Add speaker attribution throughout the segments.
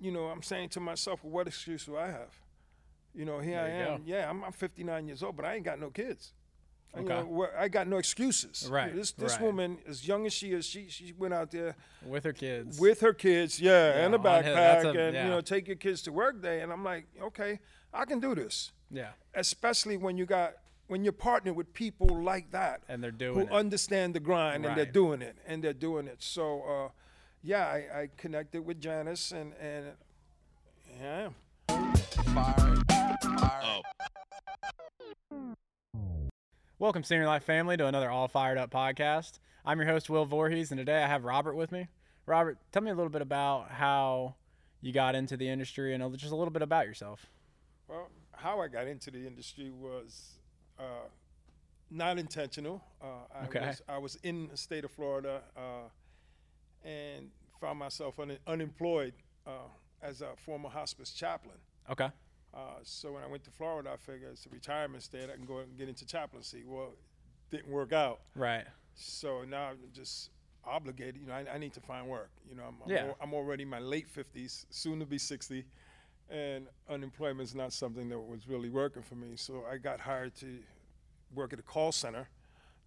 Speaker 1: you know, I'm saying to myself, well, what excuse do I have? You know, here I
Speaker 2: There you
Speaker 1: am.
Speaker 2: go.
Speaker 1: Yeah, I'm, I'm 59 years old, but I ain't got no kids. You
Speaker 2: Okay.
Speaker 1: know, where- I got no excuses.
Speaker 2: Right,
Speaker 1: This this
Speaker 2: right.
Speaker 1: woman, as young as she is, she she went out there
Speaker 2: with her kids.
Speaker 1: with her kids, yeah, and a
Speaker 2: on his- that's
Speaker 1: backpack,
Speaker 2: a-
Speaker 1: and
Speaker 2: yeah.
Speaker 1: you know, take your kids to work day. And I'm like, okay, I can do this.
Speaker 2: yeah,
Speaker 1: Especially when you got when you're partnered with people like that,
Speaker 2: And they're
Speaker 1: who
Speaker 2: doing it.
Speaker 1: understand the grind and they're
Speaker 2: Right.
Speaker 1: doing it, and they're doing it. So, uh, yeah, I, I connected with Janice, and and yeah,
Speaker 2: Welcome, Senior Life family, to another All Fired Up podcast. I'm your host, Will Voorhees, and today I have Robert with me. Robert, tell me a little bit about how you got into the industry and a- just a little bit about yourself.
Speaker 1: Well, how I got into the industry was uh, not intentional. Uh, I,
Speaker 2: Okay.
Speaker 1: was, I was in the state of Florida uh, and found myself un- unemployed uh, as a former hospice chaplain.
Speaker 2: Okay.
Speaker 1: Uh, so when I went to Florida, I figured it's a retirement state. I can go and get into chaplaincy. Well, didn't work out.
Speaker 2: Right.
Speaker 1: So now I'm just obligated. You know, I, I need to find work. You know, I'm, I'm,
Speaker 2: Yeah.
Speaker 1: al- I'm already in my late 50s, soon to be 60, and unemployment's not something that was really working for me. So I got hired to work at a call center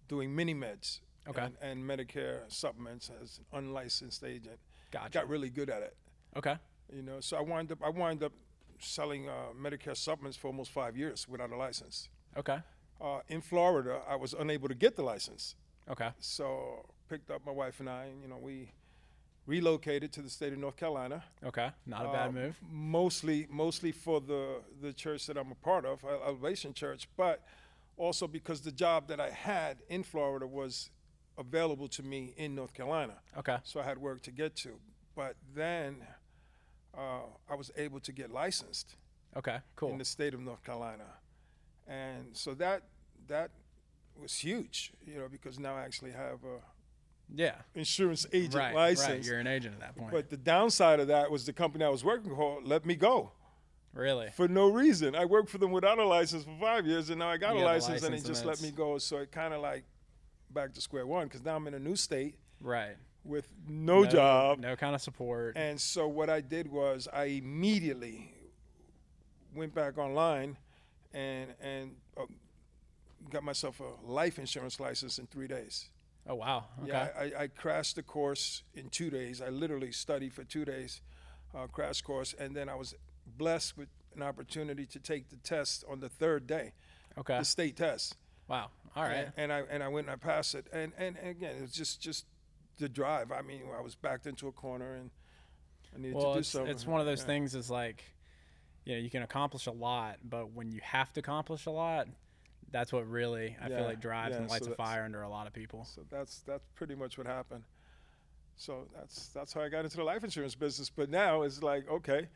Speaker 1: doing mini meds
Speaker 2: Okay.
Speaker 1: and, and Medicare supplements as an unlicensed agent.
Speaker 2: Gotcha.
Speaker 1: Got really good at it.
Speaker 2: Okay.
Speaker 1: You know, so I wound up I wound up selling uh, Medicare supplements for almost five years without a license.
Speaker 2: Okay.
Speaker 1: Uh, in Florida, I was unable to get the license.
Speaker 2: Okay.
Speaker 1: So picked up my wife and I, and you know, we relocated to the state of North Carolina.
Speaker 2: Okay. Not a bad
Speaker 1: uh,
Speaker 2: move.
Speaker 1: Mostly, mostly for the the church that I'm a part of, Al- Elevation Church, but also because the job that I had in Florida was available to me in North Carolina,
Speaker 2: Okay.
Speaker 1: so I had work to get to. But then uh, I was able to get licensed
Speaker 2: Okay. Cool.
Speaker 1: in the state of North Carolina, and so that that was huge, you know, because now I actually have a
Speaker 2: yeah.
Speaker 1: insurance agent
Speaker 2: Right. Right.
Speaker 1: license.
Speaker 2: You're an agent at that point.
Speaker 1: But the downside of that was the company I was working for let me go
Speaker 2: really.
Speaker 1: for no reason. I worked for them without a license for five years, and now I got
Speaker 2: You
Speaker 1: a
Speaker 2: got the
Speaker 1: license, and they
Speaker 2: license, and
Speaker 1: just let
Speaker 2: that's-
Speaker 1: me go. So it kind of like back to square one because now I'm in a new state
Speaker 2: Right.
Speaker 1: with no, job.
Speaker 2: No kind of support.
Speaker 1: Um, And so what I did was I immediately went back online and and uh, got myself a life insurance license in three days.
Speaker 2: Oh wow. Okay.
Speaker 1: Yeah, I, I- I crashed the course in two days. I literally studied for two days, uh, crash course, and then I was blessed with an opportunity to take the test on the third day,
Speaker 2: okay.
Speaker 1: the state test.
Speaker 2: Wow. All right.
Speaker 1: And, and I and I went and I passed it. And and, and again, it was just just the drive. I mean, I was backed into a corner and I needed
Speaker 2: well,
Speaker 1: to do
Speaker 2: it's,
Speaker 1: something.
Speaker 2: it's one of those
Speaker 1: Yeah.
Speaker 2: things is like, you know, you can accomplish a lot, but when you have to accomplish a lot, that's what really I
Speaker 1: Yeah,
Speaker 2: feel like drives
Speaker 1: yeah,
Speaker 2: and
Speaker 1: so
Speaker 2: lights a
Speaker 1: that's-
Speaker 2: fire under a lot of people.
Speaker 1: So that's that's pretty much what happened. So that's that's how I got into the life insurance business. But now it's like okay,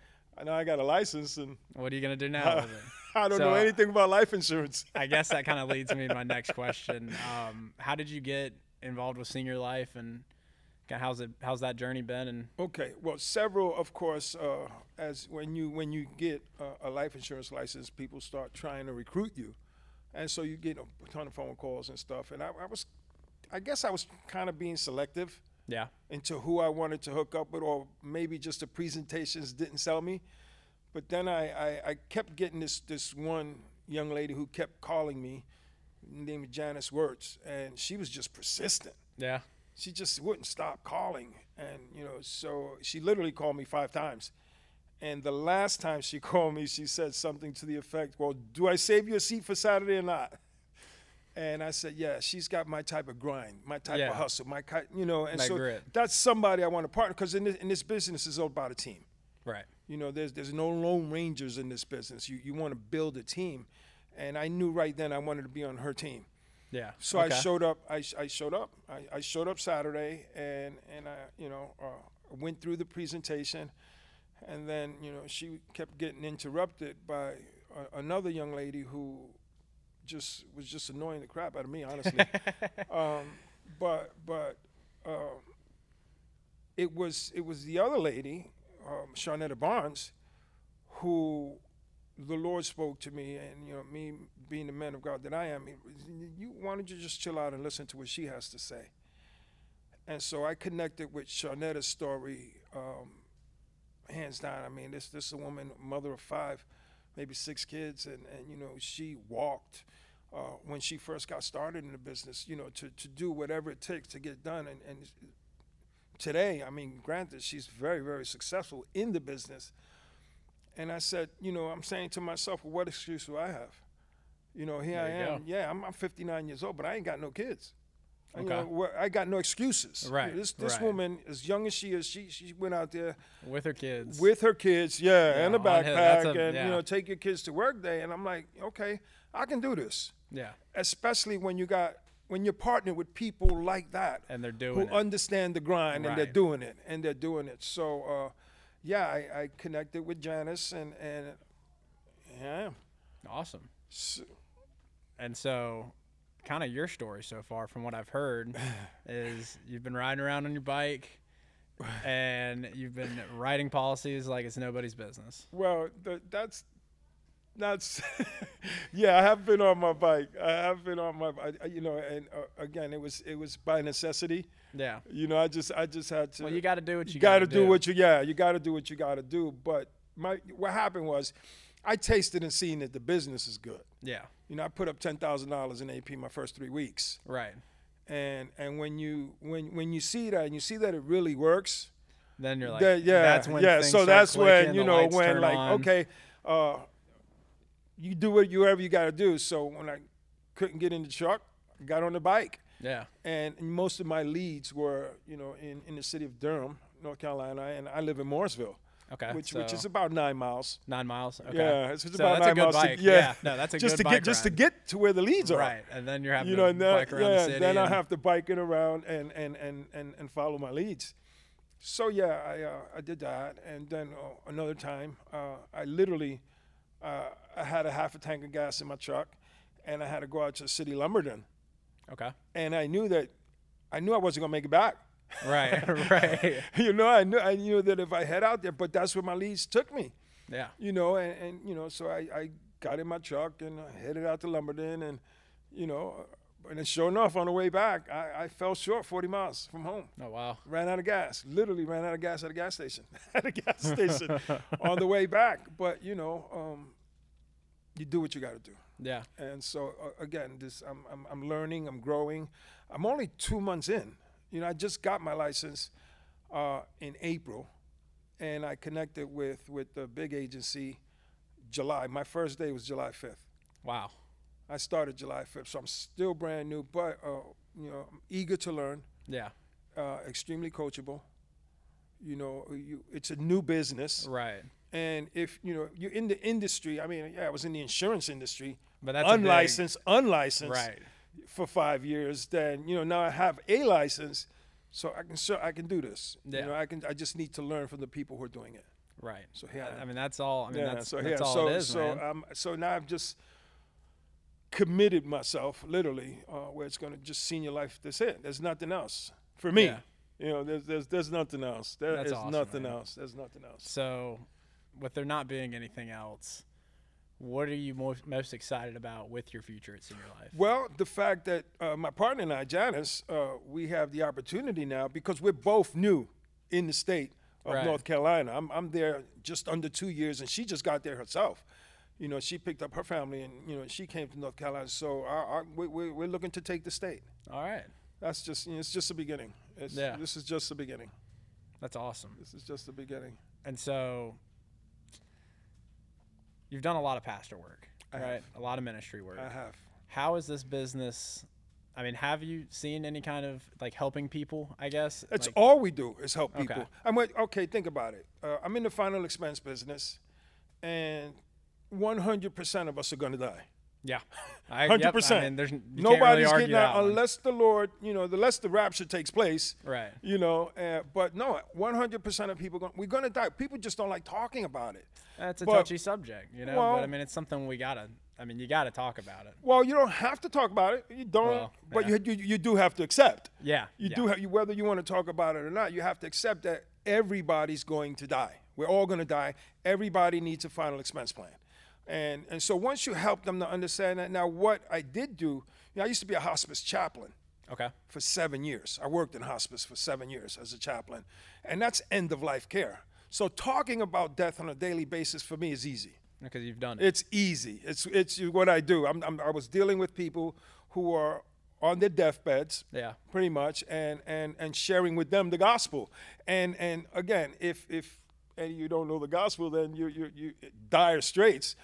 Speaker 1: now I got a license and.
Speaker 2: What are you gonna do now? with it?
Speaker 1: I don't
Speaker 2: So-
Speaker 1: know anything about life insurance.
Speaker 2: I guess that kind of leads me to my next question. Um, how did you get involved with senior life and kinda how's it how's that journey been? And
Speaker 1: Okay, well, several, of course, uh, as when you when you get a, a life insurance license, people start trying to recruit you, and so you get a ton of phone calls and stuff. And I, I was, I guess, I was kind of being selective
Speaker 2: yeah,
Speaker 1: into who I wanted to hook up with, or maybe just the presentations didn't sell me. But then I, I, I kept getting this this one young lady who kept calling me, named Janice Wirtz, and she was just persistent.
Speaker 2: yeah,
Speaker 1: she just wouldn't stop calling and you know so she literally called me five times and the last time she called me she said something to the effect well do i save you a seat for saturday or not and i said yeah she's got my type of grind my type
Speaker 2: Yeah.
Speaker 1: of hustle my ki- you know and
Speaker 2: That
Speaker 1: so
Speaker 2: grit.
Speaker 1: that's somebody i want to partner because in this, in this business it's all about a team
Speaker 2: right,
Speaker 1: you know, there's there's no lone rangers in this business. You you want to build a team, and I knew right then I wanted to be on her team.
Speaker 2: yeah.
Speaker 1: So
Speaker 2: Okay.
Speaker 1: I showed up. I, sh- I showed up. I, I showed up Saturday, and and I you know uh, went through the presentation, and then you know she kept getting interrupted by a, another young lady who just was just annoying the crap out of me, honestly. um, but but um, it was it was the other lady, um, Shawnetta Barnes, who the Lord spoke to me, and you know, me being the man of God that I am, it was, you why don't you just chill out and listen to what she has to say? And so I connected with Shawnetta's story, um, hands down. I mean, this this is a woman, mother of five, maybe six kids, and and you know she walked uh, when she first got started in the business. You know, to to do whatever it takes to get done, and and today, I mean, granted, she's very very successful in the business. And I said, you know, I'm saying to myself, well, what excuse do I have? You know, here
Speaker 2: There
Speaker 1: I
Speaker 2: you
Speaker 1: am.
Speaker 2: go.
Speaker 1: Yeah, I'm, I'm 59 years old, but I ain't got no kids. You
Speaker 2: Okay.
Speaker 1: know, wh- I got no excuses.
Speaker 2: Right,
Speaker 1: This this
Speaker 2: right.
Speaker 1: woman, as young as she is, she she went out there
Speaker 2: with her kids.
Speaker 1: with her kids, yeah, and a
Speaker 2: Yeah, on his- that's
Speaker 1: backpack,
Speaker 2: a-
Speaker 1: and
Speaker 2: yeah.
Speaker 1: you know, take your kids to work day. And I'm like, okay, I can do this.
Speaker 2: yeah,
Speaker 1: Especially when you got when you're partnered with people like that
Speaker 2: and they're
Speaker 1: who
Speaker 2: doing it.
Speaker 1: understand the grind and they're
Speaker 2: Right.
Speaker 1: doing it and they're doing it. So, uh, yeah, I, I connected with Janice and and yeah,
Speaker 2: awesome.
Speaker 1: S
Speaker 2: And so, kind of your story so far, from what I've heard, is you've been riding around on your bike, and you've been writing policies like it's nobody's business.
Speaker 1: well, th- that's that's yeah. I have been on my bike. I have been on my I- I, you know, and uh, again, it was it was by necessity.
Speaker 2: Yeah.
Speaker 1: You know, I just I just had to.
Speaker 2: Well, you got to do what you,
Speaker 1: you got to do what you yeah you got to do what you got to do but my what happened was i tasted and seen that the business is good
Speaker 2: yeah.
Speaker 1: you know i put up $10000 in ap my first three weeks
Speaker 2: Right.
Speaker 1: and and when you when when you see that and you see that it really works
Speaker 2: Then you're like,
Speaker 1: that, yeah
Speaker 2: That's when
Speaker 1: yeah
Speaker 2: things
Speaker 1: so
Speaker 2: start
Speaker 1: that's when
Speaker 2: clicking,
Speaker 1: you
Speaker 2: the
Speaker 1: know
Speaker 2: lights
Speaker 1: when
Speaker 2: turn
Speaker 1: like
Speaker 2: on.
Speaker 1: okay uh you do what you whatever you got to do so when i couldn't get in the truck I got on the bike
Speaker 2: Yeah.
Speaker 1: and most of my leads were you know in in the city of durham north carolina and i live in morrisville
Speaker 2: Okay.
Speaker 1: which
Speaker 2: so
Speaker 1: which is about nine miles.
Speaker 2: nine miles. uh, Okay.
Speaker 1: Yeah, it's just
Speaker 2: So
Speaker 1: about
Speaker 2: that's a
Speaker 1: nine
Speaker 2: good
Speaker 1: miles. to-
Speaker 2: bike.
Speaker 1: yeah.
Speaker 2: No, that's a
Speaker 1: just to
Speaker 2: good bike
Speaker 1: get just to
Speaker 2: ride.
Speaker 1: get to where the leads are.
Speaker 2: Right. And then you're having
Speaker 1: You know,
Speaker 2: to
Speaker 1: and then,
Speaker 2: bike around
Speaker 1: yeah,
Speaker 2: the city.
Speaker 1: then I
Speaker 2: and-
Speaker 1: have to bike it around and and and and, and follow my leads. So yeah, I uh, I did that, and then uh, another time, uh, I literally uh, I had a half a tank of gas in my truck, and I had to go out to city Lumberton,
Speaker 2: Okay.
Speaker 1: and I knew that I knew I wasn't gonna make it back.
Speaker 2: Right. right.
Speaker 1: you know, I knew I knew that if I head out there, but that's where my leads took me.
Speaker 2: Yeah.
Speaker 1: you know, and, and you know, so I, I got in my truck and I headed out to Lumberton, and you know, uh, and then sure enough, on the way back, I, I fell short 40 miles from home.
Speaker 2: Oh wow.
Speaker 1: Ran out of gas. Literally ran out of gas at a gas station. at a gas station on the way back. But you know, um, you do what you got to do.
Speaker 2: Yeah.
Speaker 1: And so uh, again, this I'm, I'm I'm learning. I'm growing. I'm only two months in. You know, I just got my license uh, in April, and I connected with with the big agency July. My first day was July 5th.
Speaker 2: Wow.
Speaker 1: I started July 5th, so I'm still brand new. But uh, you know, I'm eager to learn.
Speaker 2: Yeah.
Speaker 1: Uh, extremely coachable. You know, you, it's a new business,
Speaker 2: Right.
Speaker 1: and if you know you're in the industry, I mean, yeah, I was in the insurance industry,
Speaker 2: But that's a big-
Speaker 1: unlicensed, unlicensed,
Speaker 2: Right.
Speaker 1: for five years, then you know now I have a license, so I can so I can do this.
Speaker 2: Yeah.
Speaker 1: You know, I can. I just need to learn from the people who are doing it.
Speaker 2: Right.
Speaker 1: So here I
Speaker 2: I
Speaker 1: am.
Speaker 2: mean, that's all. I mean, that's,
Speaker 1: so
Speaker 2: that's
Speaker 1: yeah,
Speaker 2: all
Speaker 1: so
Speaker 2: it is,
Speaker 1: so
Speaker 2: man.
Speaker 1: um, so now I've just committed myself literally uh, where it's going to just senior life. That's it. There's nothing else for me.
Speaker 2: Yeah.
Speaker 1: You know, there's there's there's nothing else. There
Speaker 2: That's
Speaker 1: is
Speaker 2: awesome,
Speaker 1: nothing
Speaker 2: man.
Speaker 1: else. There's nothing else.
Speaker 2: so, with there not being anything else, what are you most, most excited about with your future at Senior Life?
Speaker 1: Well, the fact that uh, my partner and I, Janice, uh, we have the opportunity now because we're both new in the state of
Speaker 2: Right.
Speaker 1: North Carolina. I'm, I'm there just under two years, and she just got there herself. You know, she picked up her family, and you know, she came to North Carolina. So our, our, we, we, we're looking to take the state.
Speaker 2: All right.
Speaker 1: That's just you know, it's just the beginning. It's,
Speaker 2: Yeah.
Speaker 1: This is just the beginning.
Speaker 2: That's awesome.
Speaker 1: This is just the beginning.
Speaker 2: And so, you've done a lot of pastor work,
Speaker 1: I
Speaker 2: right?
Speaker 1: have.
Speaker 2: A lot of ministry work.
Speaker 1: I have.
Speaker 2: How is this business? I mean, have you seen any kind of like helping people? I guess
Speaker 1: It's
Speaker 2: Like-
Speaker 1: all we do is help
Speaker 2: Okay.
Speaker 1: people. I went, okay, think about it. Uh, I'm in the final expense business, and 100% of us are going to die.
Speaker 2: yeah, I- yep, I
Speaker 1: 100%.
Speaker 2: mean, there's n- you can't really
Speaker 1: Nobody's
Speaker 2: argue
Speaker 1: getting out
Speaker 2: that one.
Speaker 1: unless the Lord, you know, unless the rapture takes place.
Speaker 2: Right.
Speaker 1: You know, uh, but no, 100% of people, going we're going to die. People just don't like talking about it.
Speaker 2: That's a
Speaker 1: But-
Speaker 2: touchy subject, you know. but I
Speaker 1: well-
Speaker 2: mean, it's something we gotta. I mean, you gotta talk about it.
Speaker 1: Well, you don't have to talk about it. You don't,
Speaker 2: Well,
Speaker 1: but
Speaker 2: yeah.
Speaker 1: you, you you do have to accept.
Speaker 2: Yeah,
Speaker 1: You
Speaker 2: yeah.
Speaker 1: do have you whether you want to talk about it or not. You have to accept that everybody's going to die. We're all going to die. Everybody needs a final expense plan. And and so once you help them to understand that. Now what I did do, you know, I used to be a hospice chaplain
Speaker 2: Okay.
Speaker 1: for seven years. I worked in hospice for seven years as a chaplain, and that's end of life care. So talking about death on a daily basis for me is easy.
Speaker 2: Because you've done it.
Speaker 1: It's easy. It's it's what I do. I'm, I'm I was dealing with people who are on their deathbeds.
Speaker 2: Yeah.
Speaker 1: Pretty much, and and and sharing with them the gospel. And and again, if if and you don't know the gospel, then you you you dire straits.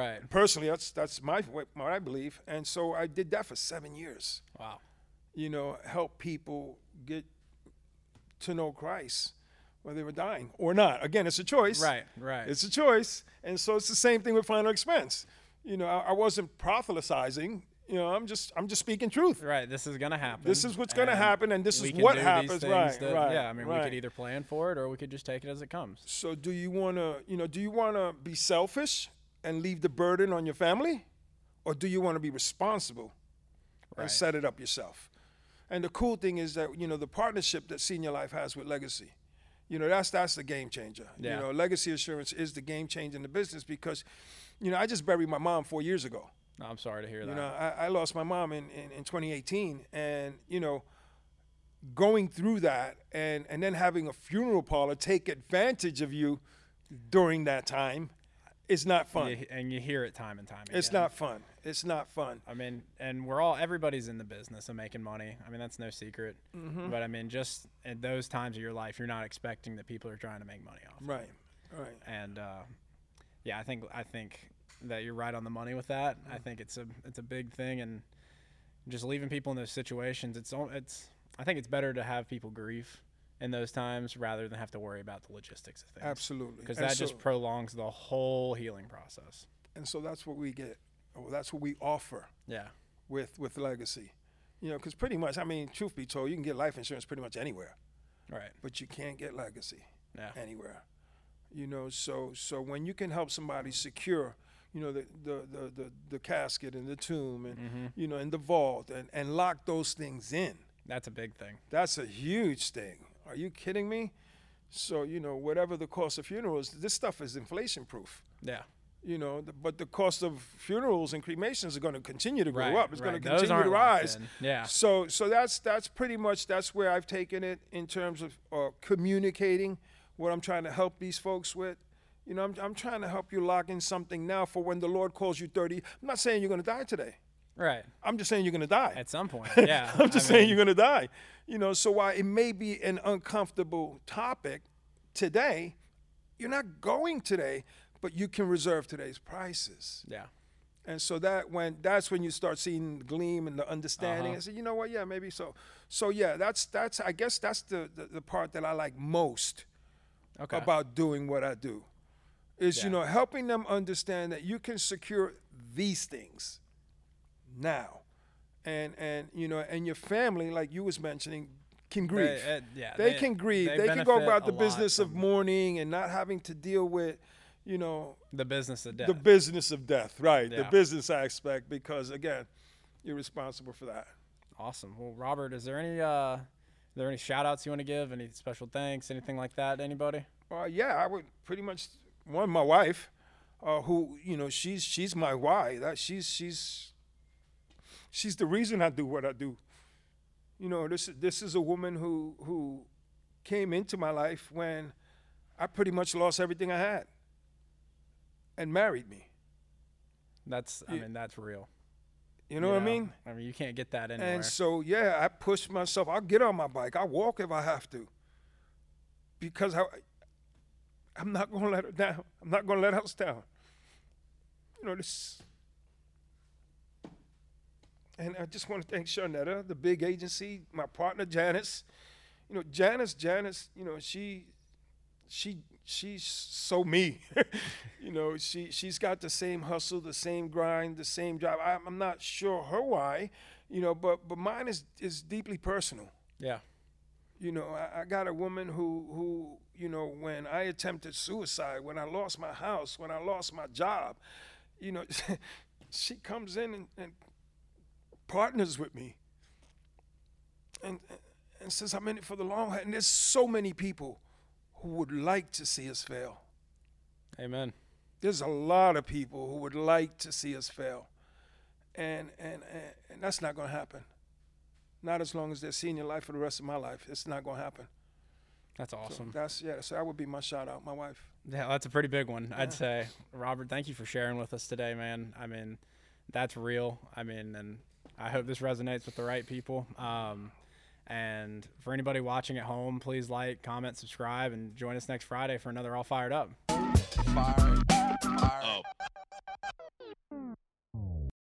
Speaker 2: Right.
Speaker 1: Personally, that's that's my what I believe. And so I did that for seven years
Speaker 2: Wow.
Speaker 1: you know, help people get to know Christ, whether they were dying or not. Again, it's a choice.
Speaker 2: Right, right.
Speaker 1: It's a choice. And so it's the same thing with final expense. You know, I, I wasn't proselytizing. You know, I'm just I'm just speaking truth.
Speaker 2: Right. This is gonna happen.
Speaker 1: This is what's gonna happen, and this
Speaker 2: we
Speaker 1: is
Speaker 2: can
Speaker 1: what
Speaker 2: do these
Speaker 1: happens.
Speaker 2: things
Speaker 1: Right,
Speaker 2: that-
Speaker 1: right,
Speaker 2: Yeah. I mean, we
Speaker 1: right.
Speaker 2: could either plan for it or we could just take it as it comes.
Speaker 1: So do you wanna you know, do you wanna be selfish and leave the burden on your family? Or do you wanna be responsible
Speaker 2: Right.
Speaker 1: and set it up yourself. And the cool thing is that you know the partnership that Senior Life has with Legacy, you know that's that's the game changer.
Speaker 2: Yeah.
Speaker 1: You know, Legacy Assurance is the game changer in the business because, you know, I just buried my mom four years ago.
Speaker 2: No, I'm sorry to hear
Speaker 1: You
Speaker 2: that.
Speaker 1: know, I, I lost my mom in, in in 2018, and you know, going through that and and then having a funeral parlor take advantage of you during that time, is not fun.
Speaker 2: You- and you hear it time and time again.
Speaker 1: It's not fun. It's not fun.
Speaker 2: I mean, and we're all everybody's in the business of making money. I mean, that's no secret.
Speaker 1: Mm-hmm.
Speaker 2: But I mean, just at those times of your life, you're not expecting that people are trying to make money off.
Speaker 1: Right. Right.
Speaker 2: And uh, yeah, I think I think that you're right on the money with that. I think it's a it's a big thing, and just leaving people in those situations. It's al- it's I think it's better to have people grieve in those times rather than have to worry about the logistics of things.
Speaker 1: Absolutely.
Speaker 2: Because
Speaker 1: And
Speaker 2: that
Speaker 1: so-
Speaker 2: just prolongs the whole healing process.
Speaker 1: and so that's what we get or that's what we offer
Speaker 2: Yeah.
Speaker 1: with with legacy you know because pretty much i mean truth be told you can get life insurance pretty much anywhere
Speaker 2: Right.
Speaker 1: but you can't get legacy
Speaker 2: Yeah.
Speaker 1: anywhere you know so so when you can help somebody secure you know the the the, the, the casket and the tomb and you know and the vault and and lock those things in
Speaker 2: That's a big thing.
Speaker 1: that's a huge thing are you kidding me so you know whatever the cost of funerals this stuff is inflation proof
Speaker 2: Yeah.
Speaker 1: you know, the, but the cost of funerals and cremations are going to continue to go
Speaker 2: Right,
Speaker 1: up. It's
Speaker 2: right.
Speaker 1: going to
Speaker 2: Those
Speaker 1: continue to
Speaker 2: aren't locked
Speaker 1: rise.
Speaker 2: in. Yeah.
Speaker 1: So, so that's that's pretty much that's where I've taken it in terms of uh, communicating what I'm trying to help these folks with. You know, I'm I'm trying to help you lock in something now for when the Lord calls you 30. I'm not saying you're going to die today.
Speaker 2: Right.
Speaker 1: I'm just saying you're going to die.
Speaker 2: At some point. Yeah.
Speaker 1: I'm just saying you're going to die. You know, so while it may be an uncomfortable topic today, you're not going today, but you can reserve today's prices.
Speaker 2: Yeah.
Speaker 1: And so that when that's when you start seeing the gleam and the understanding.
Speaker 2: Uh-huh.
Speaker 1: I said, you know what? Yeah, maybe so. So yeah, that's that's I guess that's the the, the part that I like most
Speaker 2: Okay.
Speaker 1: about doing what I do. Is you
Speaker 2: Yeah.
Speaker 1: know helping them understand that you can secure these things now, and and you know and your family, like you was mentioning, can grieve.
Speaker 2: They, uh, yeah,
Speaker 1: they, can grieve. They, can go
Speaker 2: benefit
Speaker 1: about the
Speaker 2: a lot
Speaker 1: business of
Speaker 2: from
Speaker 1: mourning and not having to deal with, you know,
Speaker 2: the business of death.
Speaker 1: the business of death, right? The
Speaker 2: Yeah.
Speaker 1: business aspect, because again, you're responsible for that.
Speaker 2: awesome. Well, Robert, is there any uh, are there any shout outs you want to give? Any special thanks? Anything like that? to Anybody?
Speaker 1: Uh, yeah, I would pretty much one my wife, uh, who you know she's she's my why. That she's she's she's the reason I do what I do. You know this this is a woman who who came into my life when I pretty much lost everything I had and married me.
Speaker 2: That's I
Speaker 1: Yeah.
Speaker 2: mean that's real.
Speaker 1: You know what I mean?
Speaker 2: I mean you can't get that anywhere.
Speaker 1: And so, yeah, I push myself. I'll get on my bike. I'll walk if I have to. Because I, I'm not going to let her down. I'm not going to let us down. You know, this. And I just want to thank Sharnetta, the big agency, my partner Janice. You know, Janice, Janice, you know, she she she's so me. you know, she she's got the same hustle, the same grind, the same drive. I'm, I'm not sure her why, you know, but but mine is is deeply personal.
Speaker 2: yeah.
Speaker 1: You know, I, I got a woman who who you know when I attempted suicide, when I lost my house, when I lost my job, you know, she comes in and, and partners with me. And and says I'm in it for the long haul. And there's so many people who would like to see us fail
Speaker 2: Amen.
Speaker 1: there's a lot of people who would like to see us fail. And and and, and that's not going to happen. Not as long as they're seeing your life for the rest of my life. It's not going to happen.
Speaker 2: That's awesome.
Speaker 1: So that's yeah. So that would be my shout out. My wife.
Speaker 2: Yeah, that's a pretty big one,
Speaker 1: Yeah.
Speaker 2: I'd say. Robert, thank you for sharing with us today, man. I mean, that's real. I mean, and I hope this resonates with the right people. Um, and for anybody watching at home, please like, comment, subscribe, and join us next Friday for another All Fired Up.
Speaker 3: Fire. Fire.
Speaker 4: up.